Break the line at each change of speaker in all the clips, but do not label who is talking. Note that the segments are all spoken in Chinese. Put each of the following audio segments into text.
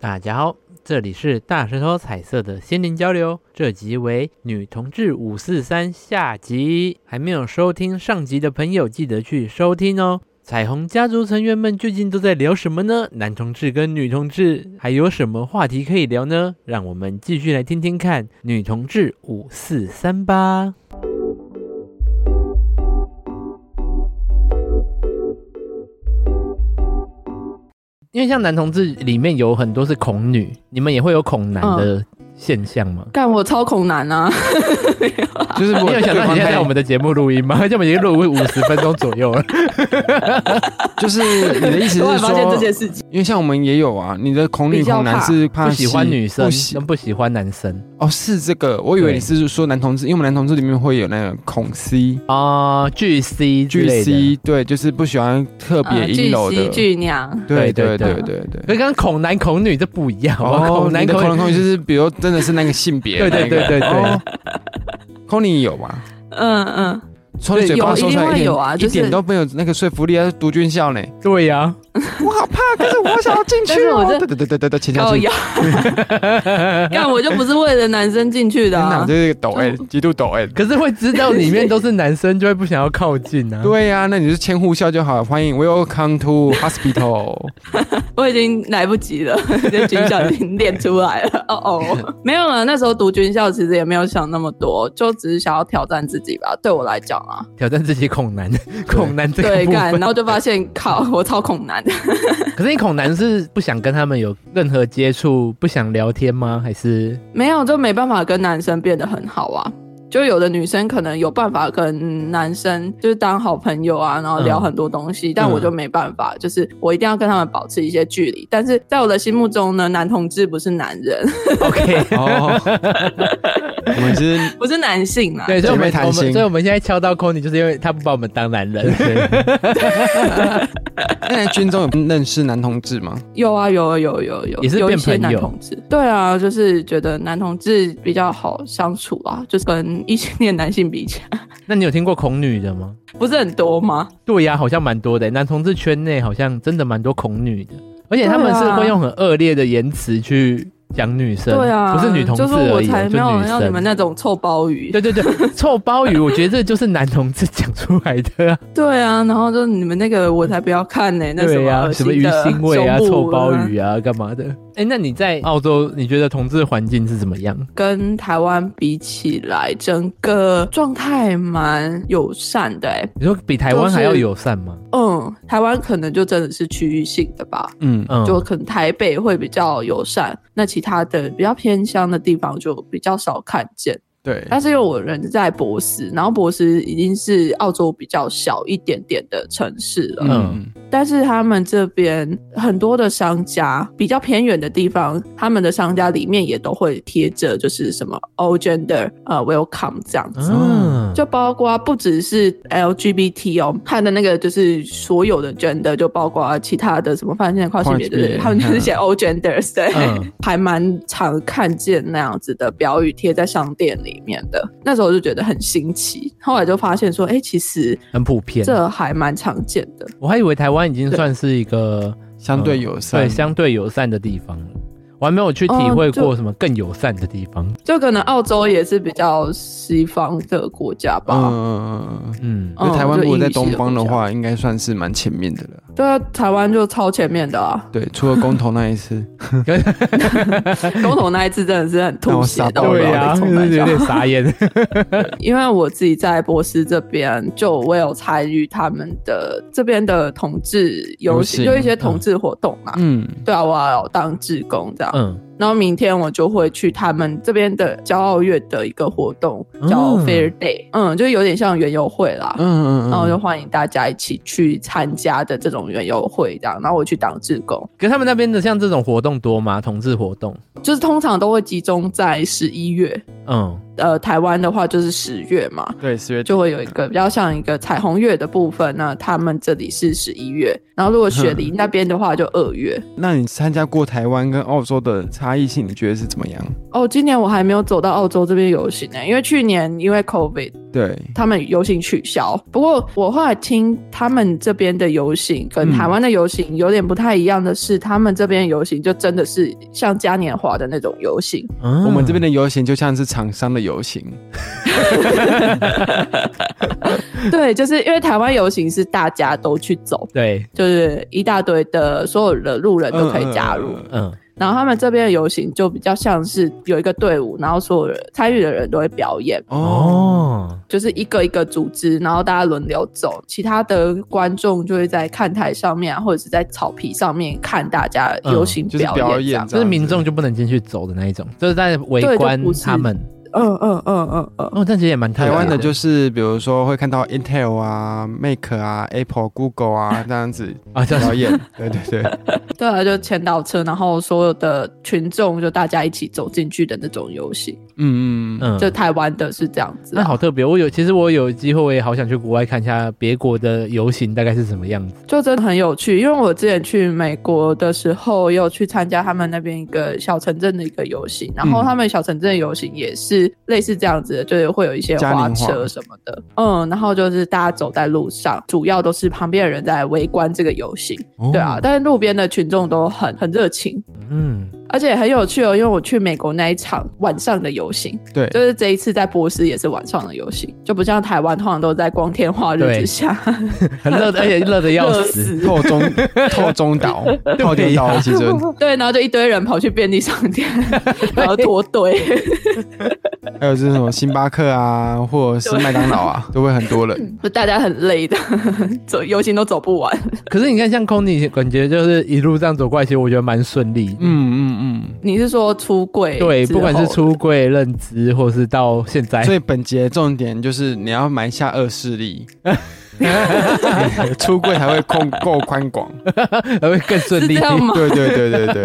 大家好，这里是大舌头彩色的心灵交流，这集为女同志五四三下集。还没有收听上集的朋友，记得去收听哦。彩虹家族成员们究竟都在聊什么呢？男同志跟女同志还有什么话题可以聊呢？让我们继续来听听看女同志五四三吧。因为像男同志里面有很多是恐女，你们也会有恐男
嗯
的现象吗？
干我超恐男啊！
就是
你
我
有想到你现在在我们的节目录音吗？ 要么已经录五十分钟左右 了。
就是你的意思
突然
是
发现这
说，
件事情，
因为像我们也有啊，你的恐女
比较
恐男
怕
是怕
不喜欢
是
女生
不啊喜
跟不喜欢男生
哦，是这个，我以为
对
你是说男同志，因为我们男同志里面会有那个恐 C、
啊，巨 C 之
巨
类的
C，对，就是不喜欢特别阴柔
啊巨
的
蜥，巨娘，
对
对
对
对
对对对。
可是刚刚恐男恐女这不一样，好不好恐
哦你
男
的恐男
恐
恐
女
女就是，比如真的是那个性别
对对
那个，
对对对
哦，恐你有吧？
嗯嗯，
从你嘴巴
有
说
一定
出来
会
点
有啊就
一点
是
都没有那个说服力，啊，读军校呢。
对呀，
我好怕，但是我想要进
但
去
是我
哦。
这
对对对对对对，前
高
进去。
压，哦干我就不是为了男生进去的
天哪，
啊
这，是抖 M，极度抖哎 M。
可是会知道里面都是男生，就会不想要靠近啊。
对呀、那你就签护校就好。欢迎，Welcome to hospital。
我已经来不及了， 这军校已经练出来了。哦 哦，没有了，那时候读军校其实也没有想那么多，就只是想要挑战自己吧。对我来讲啊，
挑战自己恐男，恐男这个
对
部
干，然
分。
后就发现靠，我超恐男。
可是你恐男是不想跟他们有任何接触，不想聊天吗？还是
没有，就没办法跟男生变得很好啊。就有的女生可能有办法跟男生就是当好朋友啊，然后聊
嗯
很多东西，但我就没办法，就是我一定要跟他们保持一些距离。但是在我的心目中呢，男同志不是男人，
OK？
哦，我们是
不是男性啊。
对，所以我们
姐妹谈
我
心
们所以我们现在敲到 Kony，就是因为他不把我们当男人。
那你在军中有认识男同志吗？
有啊，有啊，有啊有啊有啊，
也是
有一
变
些
朋友
男同志。对啊，就是觉得男同志比较好相处啊，就是跟异性恋男性比起来，
那你有听过恐女的吗？
不是很多吗？
对呀，好像蛮多的。欸男同志圈内好像真的蛮多恐女的，而且他们是
对啊
会用很恶劣的言辞去讲女生，
对啊，
不是女同志
就是我
而已，
才没有
女
要你们
生。
那种臭鲍鱼。
对对 对，臭鲍鱼，我觉得这就是男同志讲出来的啊、
对啊，然后就你们那个我才不要看呢、 那什
对
么、
呀、什么鱼腥味啊、臭鲍鱼
啊，
啊，干嘛的？哎、那你在澳洲，你觉得同志环境是怎么样？
跟台湾比起来，整个状态蛮友善的、欸。
你说比台湾还要
就是
友善吗？
嗯，台湾可能就真的是区域性的吧，
嗯，
嗯，
就可能台北会比较友善，那其他的比较偏乡的地方就比较少看见。
嗯
对。
但是因为我人在博斯，然后博斯已经是澳洲比较小一点点的城市了，
嗯，
但是他们这边很多的商家，比较偏远的地方，他们的商家里面也都会贴着就是什么 all gender 呃 welcome 这样子。
嗯，
就包括不只是 LGBT 哦，它的那个就是所有的 gender，就包括其他的什么泛性跨性别的人，他
跨
们
性别
就是写 all genders，对，
嗯
还蛮常看见那样子的标语贴在商店里面的。那时候就觉得很新奇，后来就发现说，哎、其实
很普遍。
这还蛮常见的。
我还以为台湾已经算是一个
相对友
对
善，
相对友善的地方了，我还没有去体会
哦
过什么更友善的地方。
就可能澳洲也是比较西方的国家
嗯
吧。
嗯嗯
嗯，
嗯。那台湾如果在东方
就英语系的
的
国
话，应该算是蛮前面的了。！
家，对啊，台湾就超前面的啊
对，除了公投那一次，
公投那一次真的是很吐血
那我傻
的，
爆
我
了
不知道在
对呀
冲哪
有
一
点
下
傻眼。
因为我自己在波斯这边，就我有参与他们的这边的同志游行，
游行
就一些同志活动嘛。
嗯，
对啊，我要当志工啊这样。
嗯，
然后明天我就会去他们这边的骄傲月的一个活动，叫
嗯
Fair Day，嗯，就有点像园游会啦。
嗯嗯嗯，
然后就欢迎大家一起去参加的这种园游会，这样，然后我去当志工，
可是他们那边的像这种活动多吗？同志活动？
就是通常都会集中在十一月，
嗯，
呃，台湾的话就是十月嘛，
对十月
就会有一个比较像一个彩虹月的部分，那他们这里是十一月，然后如果雪梨那边的话就二月。
那你参加过台湾跟澳洲的差异性，你觉得是怎么样？
哦，今年我还没有走到澳洲这边游行呢、因为去年因为 COVID，
对，
他们游行取消。不过我后来听他们这边的游行
嗯
跟台湾的游行有点不太一样的是，他们这边的游行就真的是像嘉年华的那种游行，
嗯
我们这边的游行就像是厂商的游行，
对，就是因为台湾游行是大家都去走，
对，
就是一大堆的所有的路人都可以加入，
嗯嗯嗯
嗯
然后他们这边的游行就比较像是有一个队伍，然后所有人参与的人都会表演，
哦，
哦，
就是一个一个组织，然后大家轮流走，其他的观众就会在看台上面啊，或者是在草皮上面看大家游行
嗯就是
表
表
演这
演
样。
就是民众就不能进去走的那一种，就是在围
对就
观
不是
他们。
嗯嗯嗯嗯嗯，
哦，但其实也蛮特
台
别
湾的
的
就是比如说会看到 Intel 啊、Make 啊、Apple、Google 啊这样子
啊，这样
表演，对对对，
对啊，就前导车，然后所有的群众就大家一起走进去的那种游行，
嗯嗯嗯，
嗯
就台湾的是这样子、
那
啊。
好特别，我有其实我有机会，我也好想去国外看一下别国的游行大概是什么样子。
就真的很有趣，因为我之前去美国的时候，也有去参加他们那边一个小城镇的一个游行，然后他们小城镇的游行也是类似这样子的，就是会有一些
嘉
花
年华
车什么的，嗯，然后就是大家走在路上，主要都是旁边的人在围观这个游行，
哦
对啊，但是路边的群众都很很热情，
嗯，
而且很有趣哦，因为我去美国那一场晚上的游行，
嗯对
就，是这一次在波斯也是晚上的游行，就不像台湾通常都在光天化日
对
之下，
很热的，而且热的要
热
死。
透中透中岛，透中岛的时 阵，
对，然后就一堆人跑去便利商 店，然后脱队。
还有就是什么星巴克啊，或者是麦当劳啊，都会很多人。
就大家很累的，走游行都走不完。
可是你看，像 Kony 感觉就是一路这样走过来，其实我觉得蛮顺利。嗯，
嗯嗯
你是说出柜？
对，不管是， 出柜、认知，或是到现在
嗯。，所以本节重点就是你要埋下恶势力， 出柜才会空够宽广。
还会更顺
是这
利。
样吗？
对对对对对，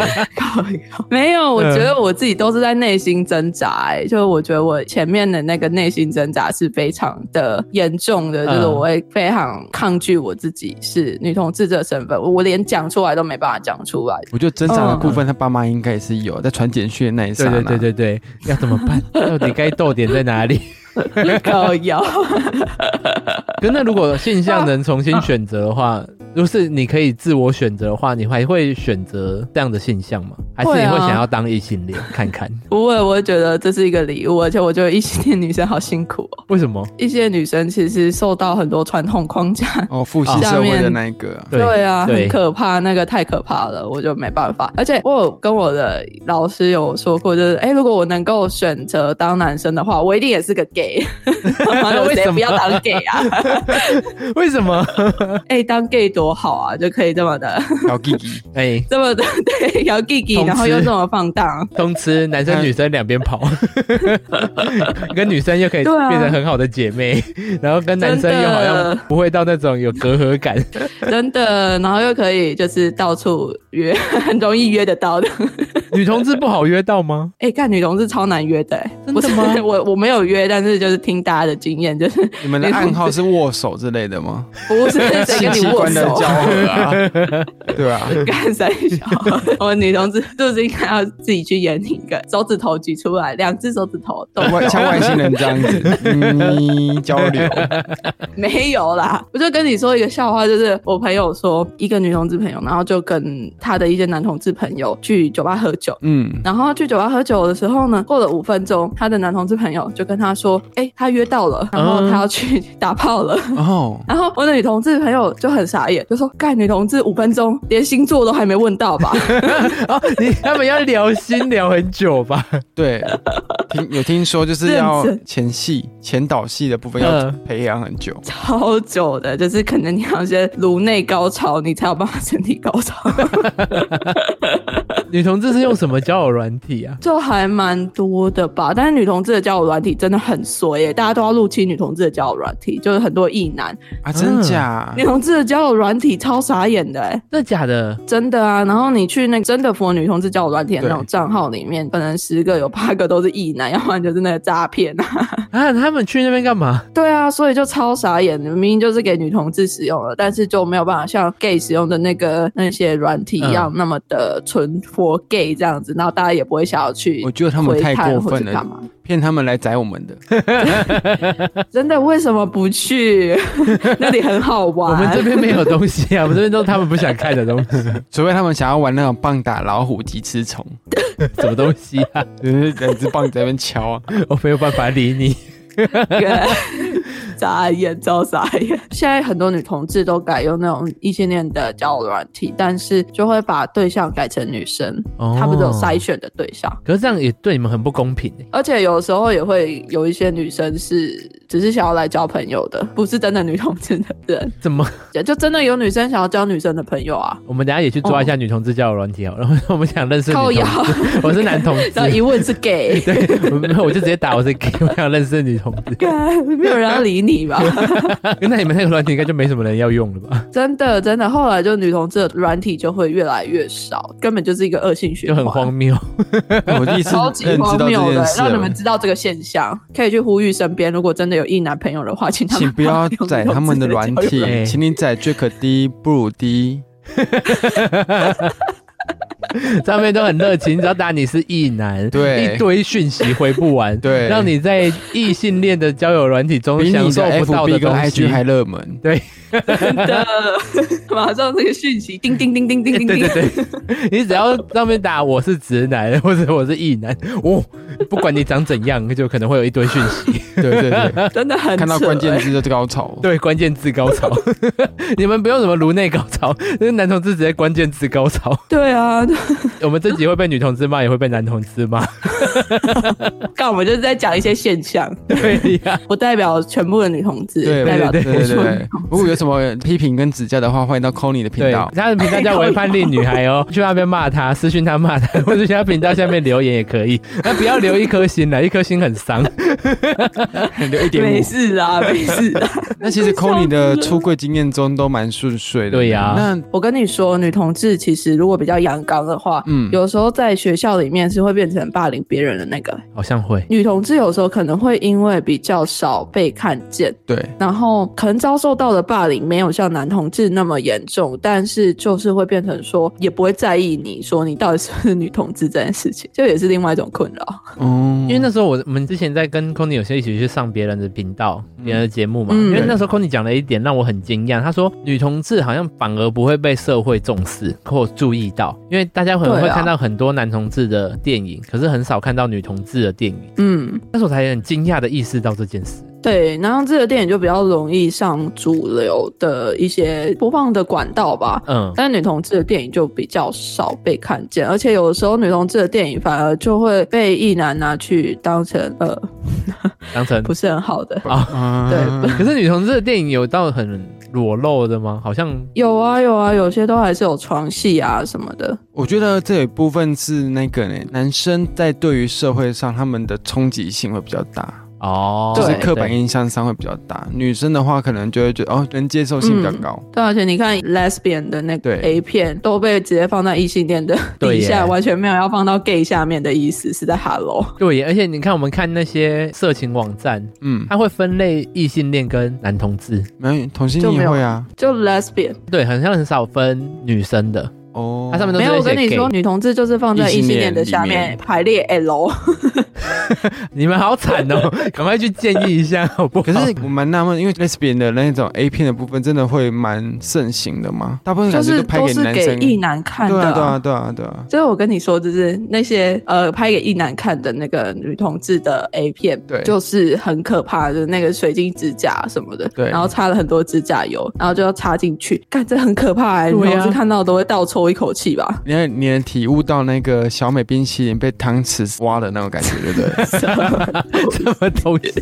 没有，我觉得
嗯
我自己都是在内心挣扎、欸。就是我觉得我前面的那个内心挣扎是非常的严重的，就是
嗯
我会非常抗拒我自己是女同志这身份，我连讲出来都没办法讲出来。
我觉得挣扎的部分，他爸妈应该也是有在传简讯的那一刹
对
啊
那。
对对对对，要怎么 办？到底该逗点在哪里？
高腰，
可那如果现象能重新选择的 话，如果是你可以自我选择的话，你还会选择这样的现象吗？还是你
会
会
啊
想要当异性恋看看？
不会，我会觉得这是一个礼物，而且我觉得异性恋女生好辛苦哦。
为什么？
一些女生其实受到很多传统框架。
哦，复习社会的那一个，
对
啊，
对
很可怕，那个太可怕了，我就没办法。而且我有跟我的老师有说过，就是哎、诶如果我能够选择当男生的话，我一定也是个 gay。妈的，我
为什
谁
么
不要当 gay 啊？
为什么？
哎、当 gay 多好啊，就可以这么的、
小弟弟，
哎，
这么的对摇弟弟，
同
然后
吃
又这么放荡。
通吃男生女生两边 跑，跟女生又可以
对啊
变成很好的姐妹，然后跟男生又好
真
像
的
不会到那种有隔阂感。
真的，然后又可以就是到处约，很容易约得到的。
女同志不好约到 吗？
哎、看女同志超难约的、欸，
真的
不是
吗
我我没有约，但是就是听大家的经验，就是
你们的暗号是握手之类的吗？
不是谁
性
跟
器
你握
官的
手
交
啊，
合啊，对啊，
干三小， 我女同志就是应该要自己去演一个手指头举出来，两只手指头都
外像外星人这样子，咪交流，
没有啦。我就跟你说一个笑话，就是我朋友说一个女同志朋友，然后就跟她的一些男同志朋友去酒吧喝酒，
嗯，
然后去酒吧喝酒的时候呢，过了五分钟，她的男同志朋友就跟她 说：“哎、她约到了，然后她要去打炮了。
哦，
然后我的女同志朋友就很傻眼，就说：“干，女同志五分钟，连星座都还没问到吧？”
哦，你他们要聊心聊很久吧？
对，听有听说就是要
认真
前戏、前导戏的部分要
嗯
培养很久，
超久的， 就是可能你要先颅内高潮，你才有办法身体高潮，
女同志是用什么交友软体啊？
就还蛮多的吧。但是女同志的交友软体真的很衰耶、大家都要入侵女同志的交友软体，就是很多异男，
啊，真假
女？同志的交友软体超傻眼的、欸，
真的假的？
真的啊。然后你去那个真的符合女同志交友软体的那种
对
账号里面，可能十个有八个都是异男，要不然就是那个诈骗啊。
啊，他们去那边干嘛？
对啊，所以就超傻眼，明明就是给女同志使用的，但是就没有办法像 gay 使用的那个那些软体一样那么的淳活 gay 这样子，然后大家也不会想要去
我觉得他们
窥
太
探
过
或
分
者干
了，
嘛。
骗他们来宰我们的。
真的为什么不去？那里很好玩。
我们这边没有东西 啊，我们这边都是他们不想看的东西，
除非他们想要玩那种棒打老虎及吃虫，
什么东西啊？
就是两只棒子在那边敲啊。
我没有办法理你。
个眨眼，超傻眼。现在很多女同志都改用那种异性恋的交友软体，但是就会把对象改成女生，
哦
她不是有筛选的对象。
可是这样也对你们很不公平欸
而且有时候也会有一些女生是只是想要来交朋友的，不是真的女同志的人，
怎么？
也就真的有女生想要交女生的朋友啊。
我们等一下也去抓一下女同志交友软体好了，
哦
然后 我们想认识女
靠
同
腰
志， 我是男同 志，
然后一问是 gay，
对，我我就直接打我是 gay，我想认识女同志。
干没有人要理你吧？
那你们那个软体应该就没什么人要用了 吧？
真的真的，后来就女同志的软体就会越来越少，根本就是一个恶性循
就
环，
很荒谬。
我第一次
超级
认
荒
知到这
谬的
件，事
让你
了
们。知道这个现象，可以去呼吁身边，如果真的有异男朋友的话，请他们
请不要
用
载他们的软
自
交友
己
软
体，
体
请你载 Jack D、布鲁 D。
上面都很热情，只要打你是异男，
对
一堆讯息回不完，
对
让你在异性恋的交友软体中
比
享
你
受
的
不到
FB 跟
东
IG
西。
还热门。
交友软体真的， 马上这个讯息，叮叮叮 叮叮 叮
对
叮，
对对，你只要上面打我是直男或者我是异男，哦，不管你长怎样，就可能会有一堆讯息。
对对对，
真的很
看到
扯
关键
欸
字就高潮。
对，关键字高潮， 你们不用什么颅内高潮，那个男同志直接关键字高潮。
对啊，
我们这集会被女同志骂，也会被男同志骂。
干我们就是在讲一些现象，
对呀，
不代表全部的女同志，
对
代表
对对
对
多
对
数
对
女
对。如果有什么批评跟指教的话，欢迎到 Conny 的 频
对
道，。
他的频道叫“为叛逆女孩”哦， 去那边骂他，私讯他骂他， 或者去他频道下面留言也可以。那不要留一颗心了，一颗心很伤。
留一点
没
五。
事 啊，没事啊。
那 其实 Conny 的出柜经验中都蛮顺遂的。
对呀
那
我跟你说，女同志其实如果比较阳刚的话，
嗯
有时候在学校里面是会变成霸凌别人的那个。
好像会，
女同志有时候可能会因为比较少被看见，
对
然后可能遭受到的霸凌没有像男同志那么严重，但是就是会变成说也不会在意你说你到底是不是女同志这件事情，就也是另外一种困扰。
哦，
因为那时候我我们之前在跟 Kony 有些一起去上别人的频道、别人的节目嘛，
嗯
因为那时候 Kony 讲了一点让我很惊讶，他说女同志好像反而不会被社会重视或注意到，因为大家可能会
对啊
看到很多男同志的电影，可是很少看到女同志的电影。
嗯，
那时候我才很惊讶的意识到这件事。
对，然后这个电影就比较容易上主流的一些播放的管道吧。
嗯，
但女同志的电影就比较少被看见，而且有的时候女同志的电影反而就会被异男拿去当成呃
当成
不是很好的
啊
对
可是女同志的电影有到很裸露的吗？好像
有啊有啊，有些都还是有床戏啊什么的。
我觉得这有一部分是那个呢，男生在对于社会上他们的冲击性会比较大，
哦，
就是
对
刻板印象上会比较大。女生的话，可能就会觉得哦，能接受性比较高。
对，而且你看 lesbian 的那个
对
A 片都被直接放在异性恋 的
对
底
耶
下，完全没有要放到 gay 下面的意思，是在 hello。
对，而且你看，我们看那些色情网站，
嗯，
它会分类异性恋跟男同志，
没有同性恋也会啊。
就 lesbian，
对，好像很少分女生的，
哦，
它上面都
没有我
是
跟
那
你
些
说，
gay。
女同志就是放在异性恋的下
异性恋里
面
面
排列 L，
你们好惨 哦，赶快去建议一下，好不好？
可是我蛮纳闷，因为 lesbian 的那种 A 片的部分真的会蛮盛行的嘛，大部分
就
感觉
是
嗯拍
都
给
是
男
给
生。
异男看
对
的、
啊，对啊，对啊，对啊，
所以我跟你说，就是那些呃拍给异男看的那个女同志的 A 片，
对
就是很可怕的那个水晶指甲什么的，
对。
然后擦了很多指甲油，然后就要插进去，干这很可怕、欸，女
对啊
同志看到都会倒抽一口气吧
你能你能体悟到那个小美冰淇淋被汤匙挖的那种感觉，对不对？
什么东西？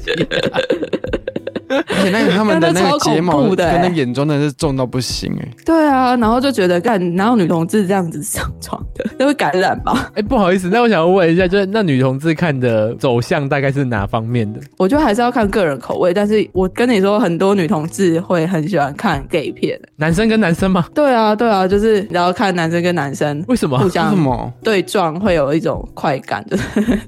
而且那个他们的那个睫
那
毛
超恐怖
跟
的欸
那个眼妆真的是重到不行哎、
对啊，然后就觉得干哪有女同志这样子上床的，那会感染吧？
哎，不好意思，那我想问一下，就是那女同志看的走向大概是哪方面的？
我觉得还是要看个人口味，但是我跟你说，很多女同志会很喜欢看 gay 片。
男生跟男生吗？
对啊，对啊，就是你要看男生跟男生
为什么
互？
为
相
什么？
对撞会有一种快感，就是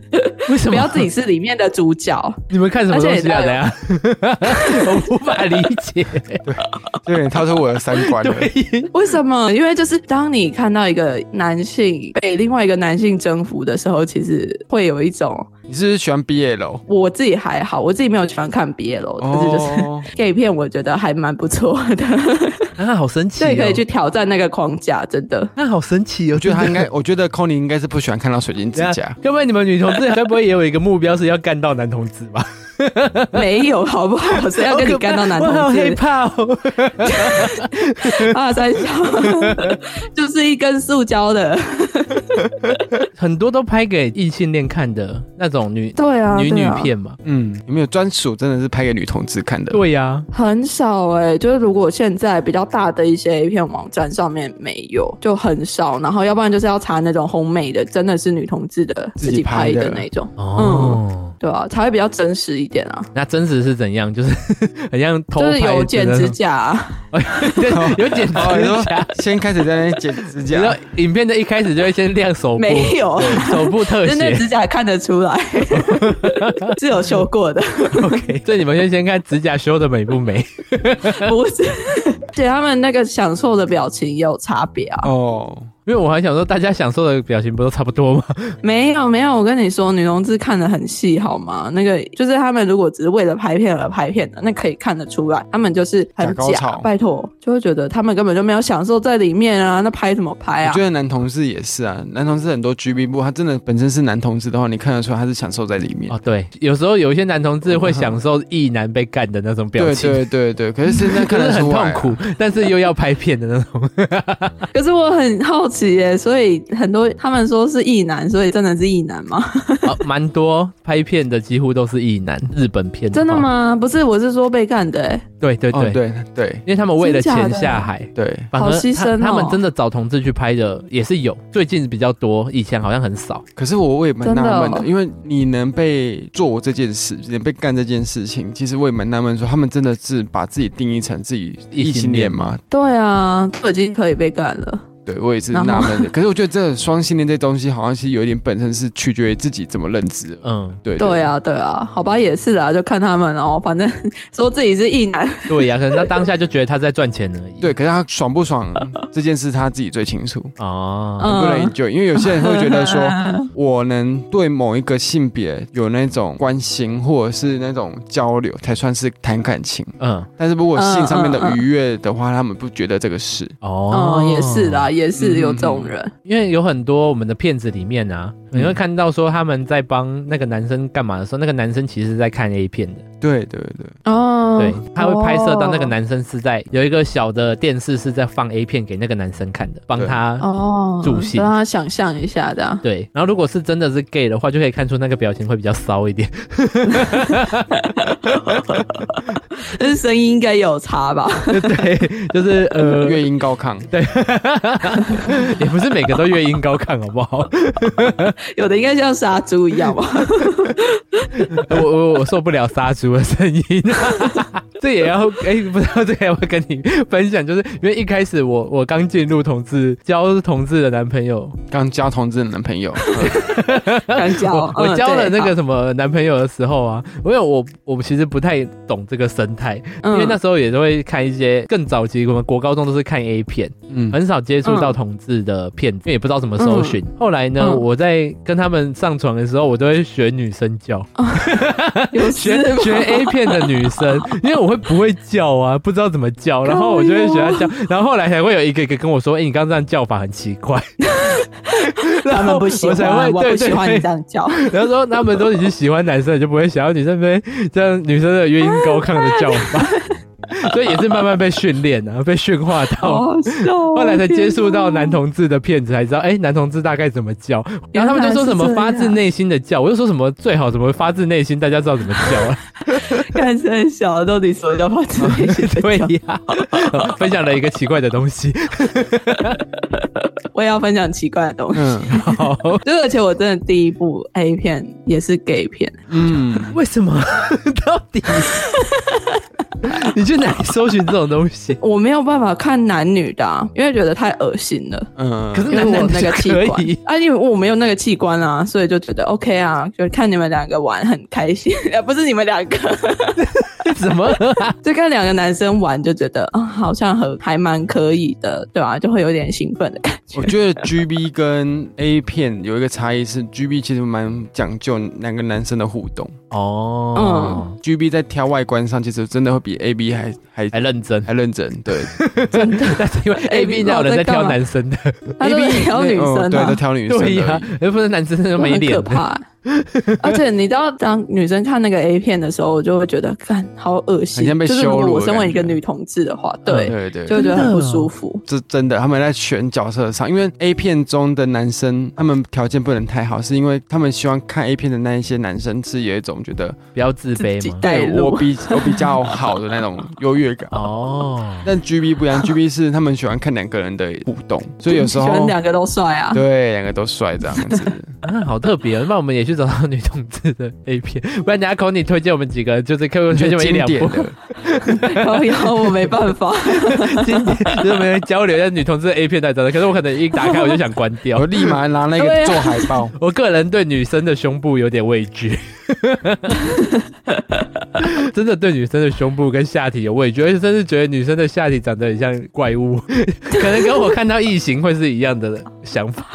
为什么
不要自己是里面的主角。
你们看什么东西啊？
而且
等一下， 我无法理解。
有点超出我的三观了。
对，
为什么？因为就是当你看到一个男性被另外一个男性征服的时候，其实会有一种
你是不是喜欢 BL？
我自己还好，我自己没有喜欢看 BL，可是就是、
哦
gay 片，我觉得还蛮不错的，
啊，好神奇、
所
哦！
以可以去挑战那个框架，真的。
啊，好神奇哦！
我觉得他应
真
该
的，
我觉得 Conny 应该是不喜欢看到水晶指
等一
甲
下，。要不然你们女同志该不会也有一个目标是要干到男同志吧？
没有，好不好？谁要跟你干到男
我好
同
害
志？
怕哦！
啊，三小，就是一根塑胶的。
很多都拍给异性恋看的那种女、
对啊，
女
对
女
啊
片嘛。
嗯，有没有专属真的是拍给女同志看的？
对呀、
很少哎、就是如果现在比较大的一些 A 片网站上面没有，就很少。然后要不然就是要查那种红美的，真的是女同志的
自己
自己拍
拍
的
的
那种，
嗯
哦，
对啊，才会比较真实一点啊。
那真实是怎样？就是 很像偷
就
拍
是有剪
的那
指
种，
甲、啊，
对有剪指
哦，你 说
甲。
先开始在那边剪指
然后
甲，
影片的一开始就会先亮手 部，
没有，
手部特
真的
写。
指甲看得出来， 是有修过的，
OK，所以你们先先看指甲修的美不美。
不 是。而且他们那个享受的表情也有差别啊。
哦，
因为我还想说，大家享受的表情不都差不多 吗？
没有没有，我跟你说，女同志看得很细，好吗？那个就是他们如果只是为了拍片而拍片的，那可以看得出来，他们就是很
假高
假
潮，
拜托，就会觉得他们根本就没有享受在里面啊，那拍什么
哎
拍
我
啊
觉？得男同志也是啊，男同志很多 G B 部，他真的本身是男同志的话，你看得出来他是享受在里面。
哦，对，有时候有一些男同志会享受异男被干的那种表
嗯对
情，
对对对，可是现在
可是
看 得
很
出来
痛
啊
苦，但是又要拍片的那种。
可是我很好奇耶，所以很多他们说是异男，所以真的是异男吗？
哦，蛮多拍片的几乎都是异男，日本片
真的
话？
吗？不是，我是说被干的耶，
对对对，
哦，对对
因为他们为了
真假
钱
的
下海，
对，
反而
好牺
他
牲哦
他们真的找同志去拍的也是有，最近比较多，以前好像很少。
可是我我也蛮
真的
纳闷
哦
的，因为你能被做这件事，能被干这件事情，其实我也蛮纳闷，说他们真的是把自己定义成自己异
异
性
性
恋
恋
吗？
对啊，都已经可以被干了。
对我也是
然后
纳 闷的。可是我觉得这双性恋这东西，好像是有一点本身是取决于自己怎么认知的。
嗯，
对
对，啊，对啊，好吧，也是啊，就看他们哦，反正 说自己是异男，
对呀、可能他当下就觉得他在赚钱而已。
对，可是他爽不爽这件事，他自己最清楚。
哦，
很不
嗯，
能 enjoy，因为有些人会觉 得说，我能对某一个性别有那种关心或者是那种交流，才算是谈感情。
嗯，
但是如果性上面
嗯嗯
的
嗯
愉悦的话，他们不觉得这个是。
哦
哦，，也是啦，也
嗯
是有这
嗯
种
嗯
人。
因为有很多我们的片子里面啊，你会看到说他们在帮那个男生干嘛的时候，那个男生其实是在看 A 片的，
对对对，
嗯
哦，
对，他会拍摄到那个
哦
男生是在有一个小的电视是在放 A 片给那个男生看的，帮他。
哦，
助兴
让他想象一下的啊。
对，然后如果是真的是 gay 的话，就可以看出那个表情会比较骚一 点。
但是声音应该有差吧？
对，就是呃，
乐音高亢，
也不是每个都乐音高亢，好不好？
有的应该像杀猪一样吧？
我我我受不了杀猪的声音， 这也要哎、不知道这个要不要跟你分享，就是因为一开始我我刚进入同志交同志的男朋友，
刚交同志的男朋友，
刚
我
交，
我
嗯
交了那，
对
个什么男朋友的时候啊，因为我我其实不太懂这个生态，
好
因为
嗯
那时候也都会看一些更早期，我们国高中都是看 A 片，
嗯，
很少接触到同志的片，因为也不知道怎么搜寻。后来呢，
嗯
我在跟他们上床的时候，我都会学女生 叫，
有
学
事吗
学 A 片的女生，因为我会不会叫啊，不知道怎么叫，然后我就会学她叫，然后后来才会有一个一个跟我说，哎、你刚刚这样叫法很奇 怪，
他们不喜
我才会
欢，我
对
不
对
喜欢你
对
这样叫。
然后说他们都已经喜欢男生了，就不会想要女生被这样女生的原音高亢的叫法， 所以也是慢慢被训练啊，被驯化到。
好笑哦，
后来才接触到
天哪
男同志的片子，才知道哎、男同志大概怎么叫。然后他们就说什么
原来
发
是这样
自内心的叫，我就说什么最好什么发自内心，大家知道怎么叫啊。
看起来很小，到底什么叫发自内心 的
对
叫？
呀、 分享了一个奇怪的东西。
我也要分享奇怪的东西。
嗯
好，
就是而且我真的第一部 A 片也是 gay 片，
嗯，
为什么？到底你去哪里搜寻这种东西？
我没有办法看男女的、啊，因为觉得太恶心了。
嗯，
可是
因为
男
我有
男
那
就
个器
可
官
以，
啊，因为我没有那个器官啊，所以就觉得 OK 啊，就看你们两个玩很开心， 啊不是你们两个，
怎 么？
就看两个男生玩就觉得啊、好像很还蛮可以的，对吧、就会有点兴奋的感觉
我。觉得 G B 跟 A 片有一个差异是，G B 其实蛮讲究两个男生的互动。
哦，
G B 在挑外观上，其实真的会比 A B 还还
还哎认真，
还认真。对
但是因为 A B 哪有哎人在挑男生的？
他
，A
都
B
是挑女生
哦对，
啊
都，挑女生。
对呀，，又不是男生就没
很
脸
可，怕、啊而且你知道，当女生看那个 A 片的时候，我就会觉得，看好恶心。
很像被
就是如
羞
果
辱
我
的
身为
感
一个
觉
女同志的话，
嗯
对，
对对，
就会觉得
真的
很不
哦
舒服。
这真的，他们在选角色上，因为 A 片中的男生，他们条件不能太好，是因为他们希望看 A 片的那一些男生是有一种觉得，
不要自卑
自己
嘛。
带
对我
路，
比我比较好的那种优 越感。
哦，
但 G B 不一样，G B 是他们喜欢看两个人的互动，所以有
喜
时
欢
候
两个都帅啊。
对两个都帅这样 子。
啊，好特别哦！那我们也去找到女同志的 A 片，不然等下 c o n y 推荐我们几个，就是客户推荐我们一
经
两
典
部，
的，
然后我没办 法，
经典就是我们交流一下女同志的 A 片在找的。可是我可能一打开我就想关掉
我。立马拿那个做海 报。
我个人对女生的胸部有点畏惧， 真的对女生的胸部跟下体有畏惧，而且甚至觉得女生的下体长得很像怪物， 可能跟我看到异形会是一样的想法。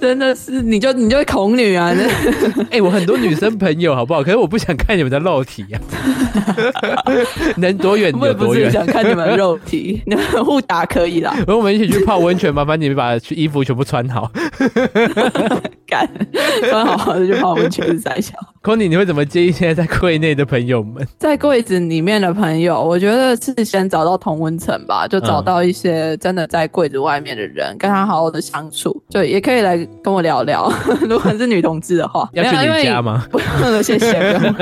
真的是你就你就恐女 啊！真的
哎、我很多女生朋友，好不好？可是我不想看你们的肉体 呀、能多远
我也
有
不
多
是
远。
想看你们肉体， 你们互打可以啦，
然后我们一起去泡温泉，麻烦你们把衣服全部穿好。
干， 穿好好的就把我们全三 小。
Conny，你会怎么建议现在在柜内的朋友们？
在柜子里面的朋友，我觉得是先找到同温层吧，
嗯
就找到一些真的在柜子外面的人，跟他好好的相处，就也可以来跟我聊聊。 如果是女同志的话，
要
没有
去
因
你
为
家吗
不用，谢谢。不用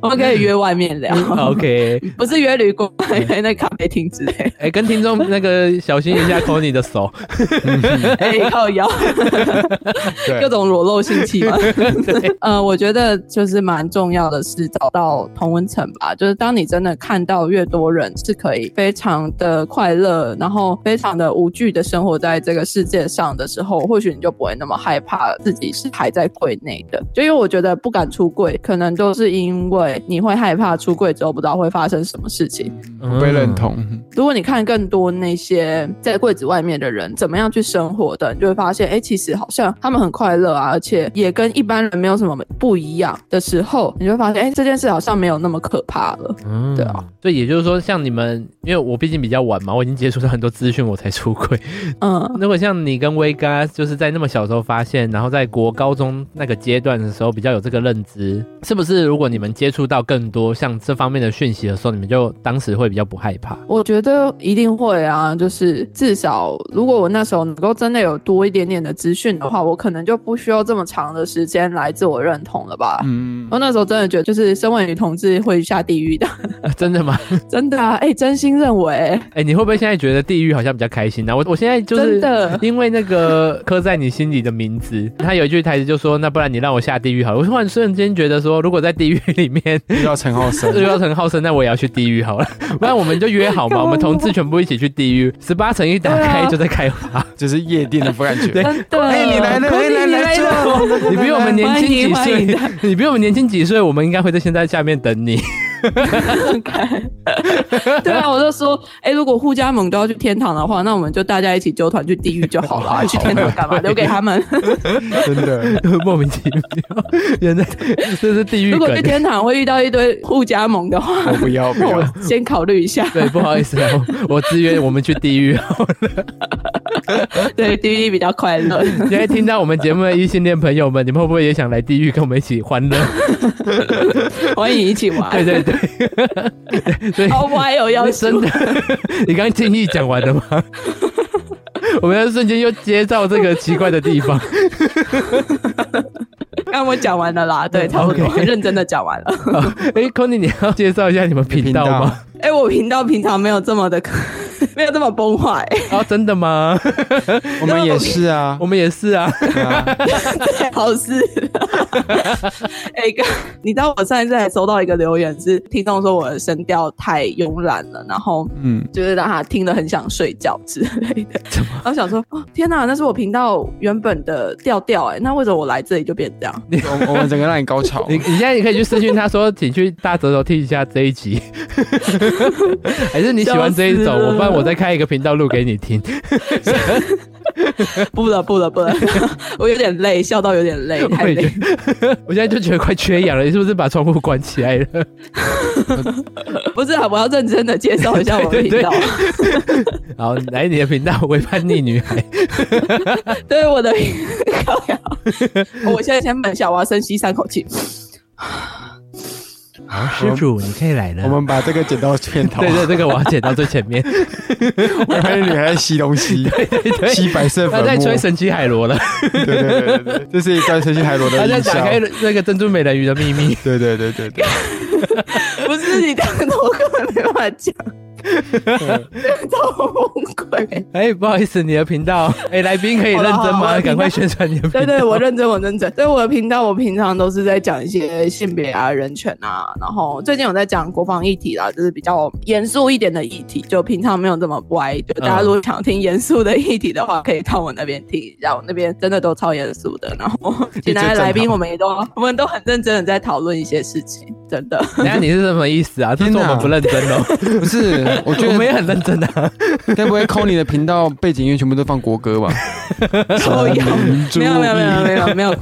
我们可以约外面聊，
嗯啊？OK，
不是约旅馆， 约那咖啡厅之类的。
哎、跟听众那个小心 一下 Conny 的手。
哎、靠腰，各
对，
种裸露性器官。呃，我觉得就是蛮重要的是找到同温层吧，就是当你真的看到越多人是可以非常的快乐，然后非常的无惧的生活在这个世界上的时候，或许你就不会那么害怕自己是还在柜内的。就因为我觉得不敢出柜，可能都是因为你会害怕出柜之后不知道会发生什么事情。
嗯
被认同。
如果你看更多那些在柜子外面的人怎么样去生活的，你就会发现，哎、其实好像他们很快乐啊，而且也跟一般人没有什么不一样的时候，你就会发现，哎、这件事好像没有那么可怕 了。
嗯
对啊，
对，也就是说，像你们，因为我毕竟比较晚嘛，我已经接触到很多资讯，我才出柜。
嗯，
如果像你跟威哥，就是在那么小时候发现，然后在国高中那个阶段的时候比较有这个认知，是不是？如果你们接触到更多像这方面的讯息的时候，你们就当时会比较不害怕。
我觉得一定会啊，就是至少如果我那时候能够真的有多一点点的资讯的话，我可能就不需要这么长的时间来自我认同了吧。
嗯，
我那时候真的觉得，就是身为女同志会下地狱的，
啊真的吗？
真的啊，哎、真心认为、
哎、你会不会现在觉得地狱好像比较开心呢、啊我我现在就是
真的
因为那个刻在你心里的名字，他有一句台词就说：“那不然你让我下地狱好了。”我突然瞬间觉得说，如果在地狱里面
遇到陈浩生，
遇到陈浩生，那我也要去地狱好了。不然我们就约好嘛，我们同志全部一起去地狱，十八层一打
对
开
啊
就在开花。
就是夜店的感觉。
真的。
哎，你来了，哎，来来 坐。
你比我们年轻几
欢迎
岁， 你比我们年轻几岁，我们应该会在现在下面等你。
对啊，我就说，哎、如果互加盟都要去天堂的话，那我们就大家一起纠团去地狱就好了，去天堂干嘛？留给 他们。
真的，
莫名其妙，原来这是地狱
如果去
梗。
天堂会遇到一堆互加盟的话，
我不要，不
那
要。
我先考虑一下。
对，不好意思、啊， 我我自愿我们去地狱。
对，地狱比较快乐。
现在听到我们节目的异性恋朋友们，你们会不会也想来地狱跟我们一起欢 乐？
欢迎一起玩。
对对对， 对
好，我还有要 求
真的，你刚刚建议讲完了 吗？我们要瞬间又接到这个奇怪的地 方，
刚我讲完了啦，对，差不多
OK
很认真的讲完了。
哎 c o n y 你要介绍一下你们频道吗？
哎、我频道平常没有这么的， 没有这么崩坏、
啊，真的吗？
我们也是啊，
我们也是啊，
对啊
好事。哎哥，你知道我上一次还收到一个留言，是听众说我的声调太慵懒了，然后
嗯，
就是让他听得很想睡觉之类的。然后想说，哦天哪，那是我频道原本的调调哎，那为什么我来这里就变这样？
我我们整个让你高潮
你，你现在也可以去私讯他说，请去大舌头听一下这一集， 还是你喜欢这一
笑
种，
死了
我不然我再开一个频道录给你听。
不了不了不了， 我有点累，笑到有点累， 太
我也
累
觉。得， 我现在就觉得快缺氧了，你是不是把窗户关起来了？
不是啊，我要认真的介绍一下我的
对对
频道，
好，来你的频道，微叛逆女孩。
对我的频道。 我现在先闷下，我要深吸三口气。
好，施主，你可以来了
我。们把这个剪到片头，
对对，这个我要剪到最前面。
我看见你还在吸东 西，
对对，
吸白色
他
粉
在
末
吹，神奇海螺了，
对对对对对，这是一段神奇海螺
他
的
在
音
打
效
开，那个珍珠美人鱼的秘 密。
对对对对对，
不是你这样子，我根本没办法讲，这样子我崩溃。
哎，不好意思，你的频道，哎，来宾可以认
好
真
了好了我
吗？
的频
赶
道
快宣传你的频道。
对对，我认真，我认真。对我的频道，我平常都是在讲一些性别啊、人权啊，然后最近有在讲国防议题啦，就是比较严肃一点的议题，就平常没有这么歪。就大家如果想听严肃的议题的话，可以到我那边听一下，我那边真的都超严肃的。然后请来的来宾，我们也都我们都很认真的在讨论一些事情，真的。
等一下你是什么意思啊？这
天
是
哪
我们不认真哦，
不是，我觉
我们
得
也很认真 啊。
该不会抠你的频道背景音乐全部都放国歌 吧？
都有，没有没有没有没
有，
有没 有，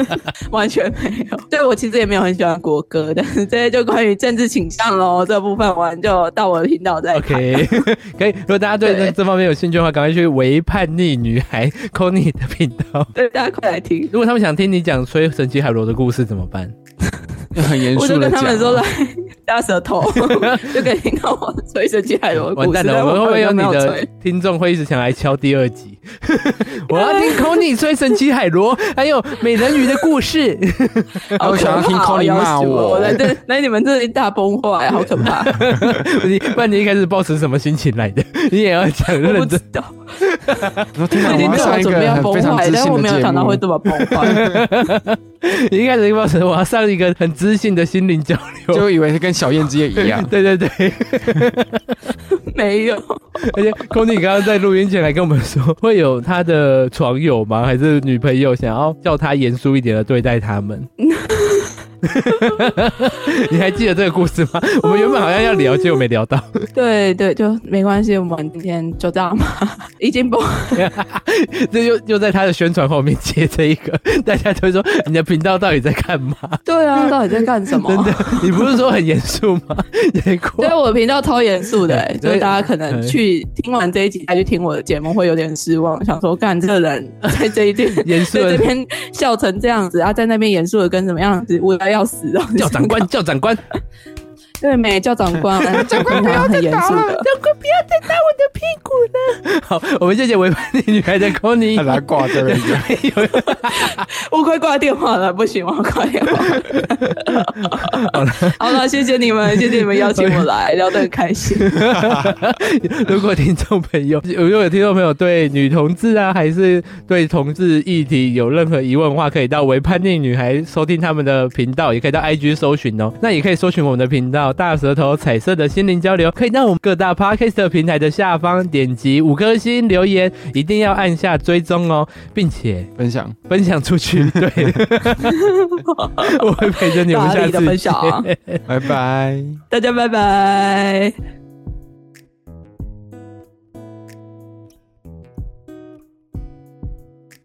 完全没有。对我其实也没有很喜欢国歌，但是这些就关于政治倾向喽这部分，我就到我的频道再看。
OK，可 以。如果大家对这
对
这方面有兴趣的话，赶快去为叛逆女孩 c 你的频道。
对，大家快来听。
如果他们想听你讲吹神奇海螺的故事怎么办？
很严
我
肃
就跟
的讲啊
他们说来 大舌头， 就可以听到我吹神奇海螺的
完
故事。
蛋了，
但
我们会不会有
根
你
本就没
的
吹？
听众会一直想来敲第二 集？我要听 c 你吹神奇海螺，还有美人鱼的故事。
好
我想要
可
听
怕
Colin
要
骂
死
我
我来这来你们这一大崩坏，好可 怕！
你不然你一开始抱持什么心情来的？你也要讲
我不
认
知
真。
道，
我说天
我
哪，
已经
我要
做好
上一
准备
个
要
很
崩
非常
坏，
自
但是
信
我
的
没有
节
想到
目
会，这么崩坏。
你一开始就抱持我要上一个很知性的心灵交流。。
就以为是跟小燕之夜一样
对对对，
没有，
而且空姐刚刚在录音前来跟我们说，会有他的床友吗？还是女朋友想要叫他严肃一点的对待他们？ 你还记得这个故事吗？我们原本好像要聊，结果没聊到。
对对，就没关系，我们今天就这样吧， 已经崩
这又又在他的宣传后面接这一个，大家都会说你的频道到底在干嘛？
对啊，到底在干什么？
真的，啊你不是说很严肃吗？结果
对我的频道超严 肃的、
对
欸，
哎
就是大家可能去听完这一集再去听我的节目，会有点失望，想说干这个人在这 一点
严肃
在这
的
边笑成这样子，然、后在那边严肃的跟什么样子，无聊要死哦！
叫长官，叫长官，
对没叫长 官，哎长官不要很严肃的，
好，我们谢谢维叛逆女孩的 Conny
他。来挂这个一样，
我快挂电话了，不行，我要挂电话。 好了，谢谢你们，谢谢你们邀请我来，聊得很开心。
如果听众朋友， 如果有听众朋友对女同志啊，还是对同志议题有任何疑问的话，可以到为叛逆女孩收听他们的频道，也可以到 IG 搜寻哦。那也可以搜寻我们的频道“大舌头彩色的心灵交流”，可以到我们各大 Podcast 平台的下方点击五颗星留言，一定要按下追踪哦，并且
分享
分享出去。对， 我会陪着你们
大
下
力的
次
分享啊
见。
拜拜。
大家拜拜。